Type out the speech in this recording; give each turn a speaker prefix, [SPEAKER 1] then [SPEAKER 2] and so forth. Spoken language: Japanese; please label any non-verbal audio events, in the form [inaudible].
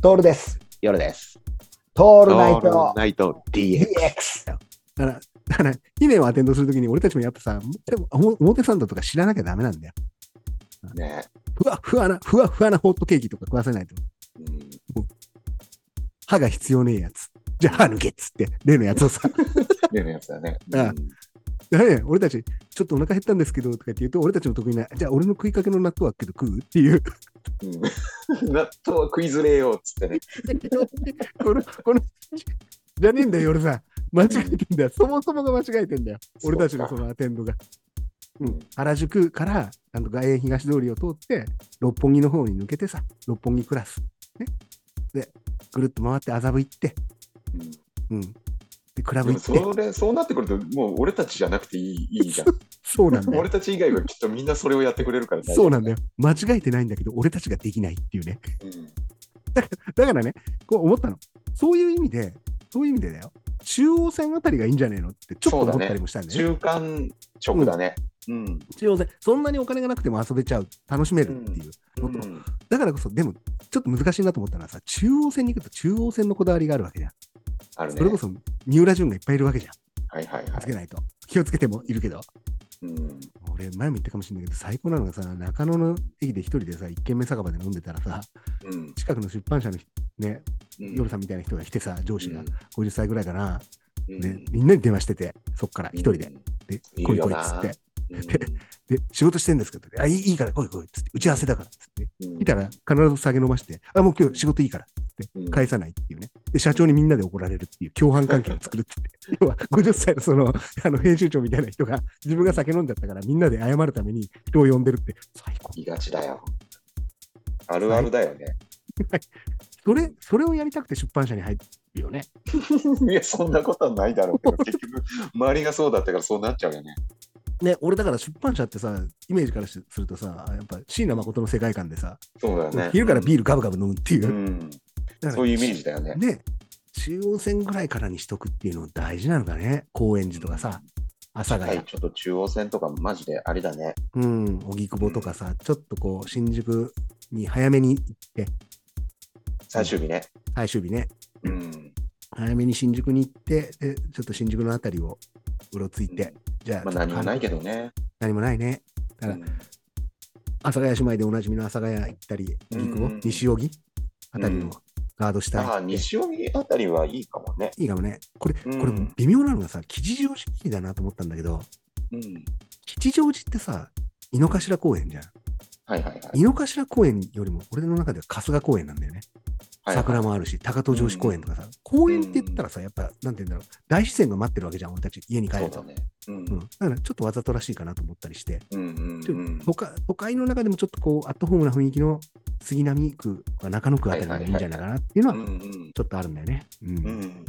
[SPEAKER 1] トールです。
[SPEAKER 2] 夜です。
[SPEAKER 1] ト
[SPEAKER 2] オ
[SPEAKER 1] ールナイト
[SPEAKER 2] ナイト DX。
[SPEAKER 1] DX。
[SPEAKER 3] だから、だから、姫をアテンドするときに俺たちもやっぱさ、でもお表参道とか知らなきゃダメなんだよ。
[SPEAKER 2] ね。
[SPEAKER 3] ふわふわな、ふわふわなホットケーキとか食わせないと。
[SPEAKER 2] うん
[SPEAKER 3] 歯が必要ねえやつ。じゃあ歯抜けっつって、例のやつをさ、 [laughs]
[SPEAKER 2] 例のやつだね。
[SPEAKER 3] ああだめ俺たち、ちょっとお腹減ったんですけど、とかって言うと、俺たちも得意な、じゃあ俺の食いかけの納豆はけど食うっていう、 [laughs]
[SPEAKER 2] うんうん納豆は食いずれようっつってね。
[SPEAKER 3] この、この、じゃねえんだよ、俺さ、間違えてんだよ。そもそもが間違えてんだよ。俺たちのそのアテンドが。うん、原宿からあの外苑東通りを通って六本木の方に抜けてさ六本木クラス、ね、でぐるっと回って麻布行って、
[SPEAKER 2] うん
[SPEAKER 3] うん、でクラ
[SPEAKER 2] で
[SPEAKER 3] ブ行
[SPEAKER 2] も
[SPEAKER 3] って
[SPEAKER 2] それ、そうなってくると、もう俺たちじゃなくていいいい
[SPEAKER 3] [laughs]
[SPEAKER 2] じゃん。
[SPEAKER 3] そうなんだよ
[SPEAKER 2] 俺たち以外はきっとみんなそれをやってくれるから大丈夫
[SPEAKER 3] そうなんだよ間違えてないんだけど俺たちができないっていうね [laughs]
[SPEAKER 2] うん
[SPEAKER 3] だからねこう思ったのそういう意味でそういう意味でだよ中央線あたりがいいんじゃねえのってちょっと
[SPEAKER 2] そうだ
[SPEAKER 3] 思
[SPEAKER 2] ね
[SPEAKER 3] ったりもしたんだよね
[SPEAKER 2] 中間食だね。うん。
[SPEAKER 3] 中央線そんなにお金がなくても遊べちゃう楽しめるっていう、
[SPEAKER 2] う
[SPEAKER 3] うん
[SPEAKER 2] ん
[SPEAKER 3] だからこそでもちょっと難しいなと思ったのはさ中央線に行くと中央線のこだわりがあるわけじゃん
[SPEAKER 2] あるね。
[SPEAKER 3] それこそ三浦淳がいっぱいいるわけじゃん。
[SPEAKER 2] はいはい
[SPEAKER 3] 気を
[SPEAKER 2] は
[SPEAKER 3] つ
[SPEAKER 2] い
[SPEAKER 3] け。ないと。気をつけてもいるけど。
[SPEAKER 2] うん
[SPEAKER 3] 俺、前も言ったかもしれないけど、最高なのがさ、中野の駅で一人でさ、一軒目酒場で飲んでたらさ、
[SPEAKER 2] うん
[SPEAKER 3] 近くの出版社の人ね、
[SPEAKER 2] うん
[SPEAKER 3] 夜さんみたいな人が来てさ、上司が
[SPEAKER 2] うん
[SPEAKER 3] 50歳ぐらいかな、
[SPEAKER 2] うん
[SPEAKER 3] ね、みんなに電話してて、そっから一人で、で、
[SPEAKER 2] い
[SPEAKER 3] 来
[SPEAKER 2] る
[SPEAKER 3] い
[SPEAKER 2] よ
[SPEAKER 3] 来いっ
[SPEAKER 2] な
[SPEAKER 3] つって、
[SPEAKER 2] うん
[SPEAKER 3] で、仕事してんですけど、あ、いいいいから来い来いっつって、打ち合わせだからっつって、
[SPEAKER 2] うん
[SPEAKER 3] [laughs] 来たら必ず酒飲まして、あ、もう今日仕事いいから
[SPEAKER 2] うん
[SPEAKER 3] 返さないっていうね。で、社長にみんなで怒られるっていう共犯関係を作るって言って。要は、50歳 [laughs] のその、あの、編集長みたいな人が、自分が酒飲んじゃったから、みんなで謝るために人を呼んでるって、最高。
[SPEAKER 2] 言いがちだよ。あるあるだよね。 [laughs]
[SPEAKER 3] それ、それをやりたくて出版社に入るよね。
[SPEAKER 2] いや、そんなことはないだろ [laughs] うけど、結局、周りがそうだったからそうなっちゃうよね。
[SPEAKER 3] ね、俺だから出版社ってさ、イメージからしするとさ、やっぱ椎名誠の世界観でさ、
[SPEAKER 2] そうだよね。
[SPEAKER 3] 昼からビ
[SPEAKER 2] ー
[SPEAKER 3] ールガブガブ飲むってい
[SPEAKER 2] う
[SPEAKER 3] う。
[SPEAKER 2] ん、
[SPEAKER 3] だから
[SPEAKER 2] そういうイメージだよね。
[SPEAKER 3] ね、中央線ぐらいからにしとくっていうの大事なのかね。高円寺とかさ、阿佐ヶ
[SPEAKER 2] は
[SPEAKER 3] 谷
[SPEAKER 2] い、。ちょっと中央線とか、マジであれだね。
[SPEAKER 3] うん、荻窪とかさ、ちょっとこう、新宿に早めに行って、
[SPEAKER 2] 最終日ね。
[SPEAKER 3] 最終日ね、
[SPEAKER 2] うん。
[SPEAKER 3] 早めに新宿に行って、でちょっと新宿のあたりをうろついて、じゃあ、
[SPEAKER 2] まあ、何もないけど
[SPEAKER 3] ね。
[SPEAKER 2] ね。
[SPEAKER 3] 何もないね。
[SPEAKER 2] う
[SPEAKER 3] だから
[SPEAKER 2] ん
[SPEAKER 3] 阿佐ヶ谷姉妹でおなじみの阿佐ヶ谷行ったり、荻
[SPEAKER 2] う
[SPEAKER 3] 窪
[SPEAKER 2] んうん、
[SPEAKER 3] 西荻あたり
[SPEAKER 2] うん
[SPEAKER 3] のガード下
[SPEAKER 2] ああ、
[SPEAKER 3] 行って。
[SPEAKER 2] 西荻あたりはいいかもね。
[SPEAKER 3] いいかもね。これ、こ
[SPEAKER 2] うん
[SPEAKER 3] れ微妙なのがさ、吉祥寺駅だなと思ったんだけど、
[SPEAKER 2] うん。
[SPEAKER 3] 吉祥寺ってさ、井の頭公園じゃん。
[SPEAKER 2] はいはいはい。
[SPEAKER 3] 井の頭公園よりも、俺の中では春日公園なんだよね。
[SPEAKER 2] はい
[SPEAKER 3] 桜もあるし、高遠城址公園とかさ、公園って言ったらさ、やっぱ、なんて言うんだろう、大自然が待ってるわけじゃん、俺たち、家に帰
[SPEAKER 2] そう
[SPEAKER 3] る
[SPEAKER 2] だ
[SPEAKER 3] と。
[SPEAKER 2] ね。うん。う
[SPEAKER 3] うん、
[SPEAKER 2] ん
[SPEAKER 3] だからちょっとわざとらしいかなと思ったりして、
[SPEAKER 2] うん
[SPEAKER 3] ち
[SPEAKER 2] う
[SPEAKER 3] ょ
[SPEAKER 2] ん。
[SPEAKER 3] 都会都会の中でもちょっとこう、アットホームな雰囲気の杉並区とか中野区あたりがいいんじゃないかなっていうの
[SPEAKER 2] う
[SPEAKER 3] は、
[SPEAKER 2] んうん
[SPEAKER 3] ちょっとあるんだよね。うん
[SPEAKER 2] うん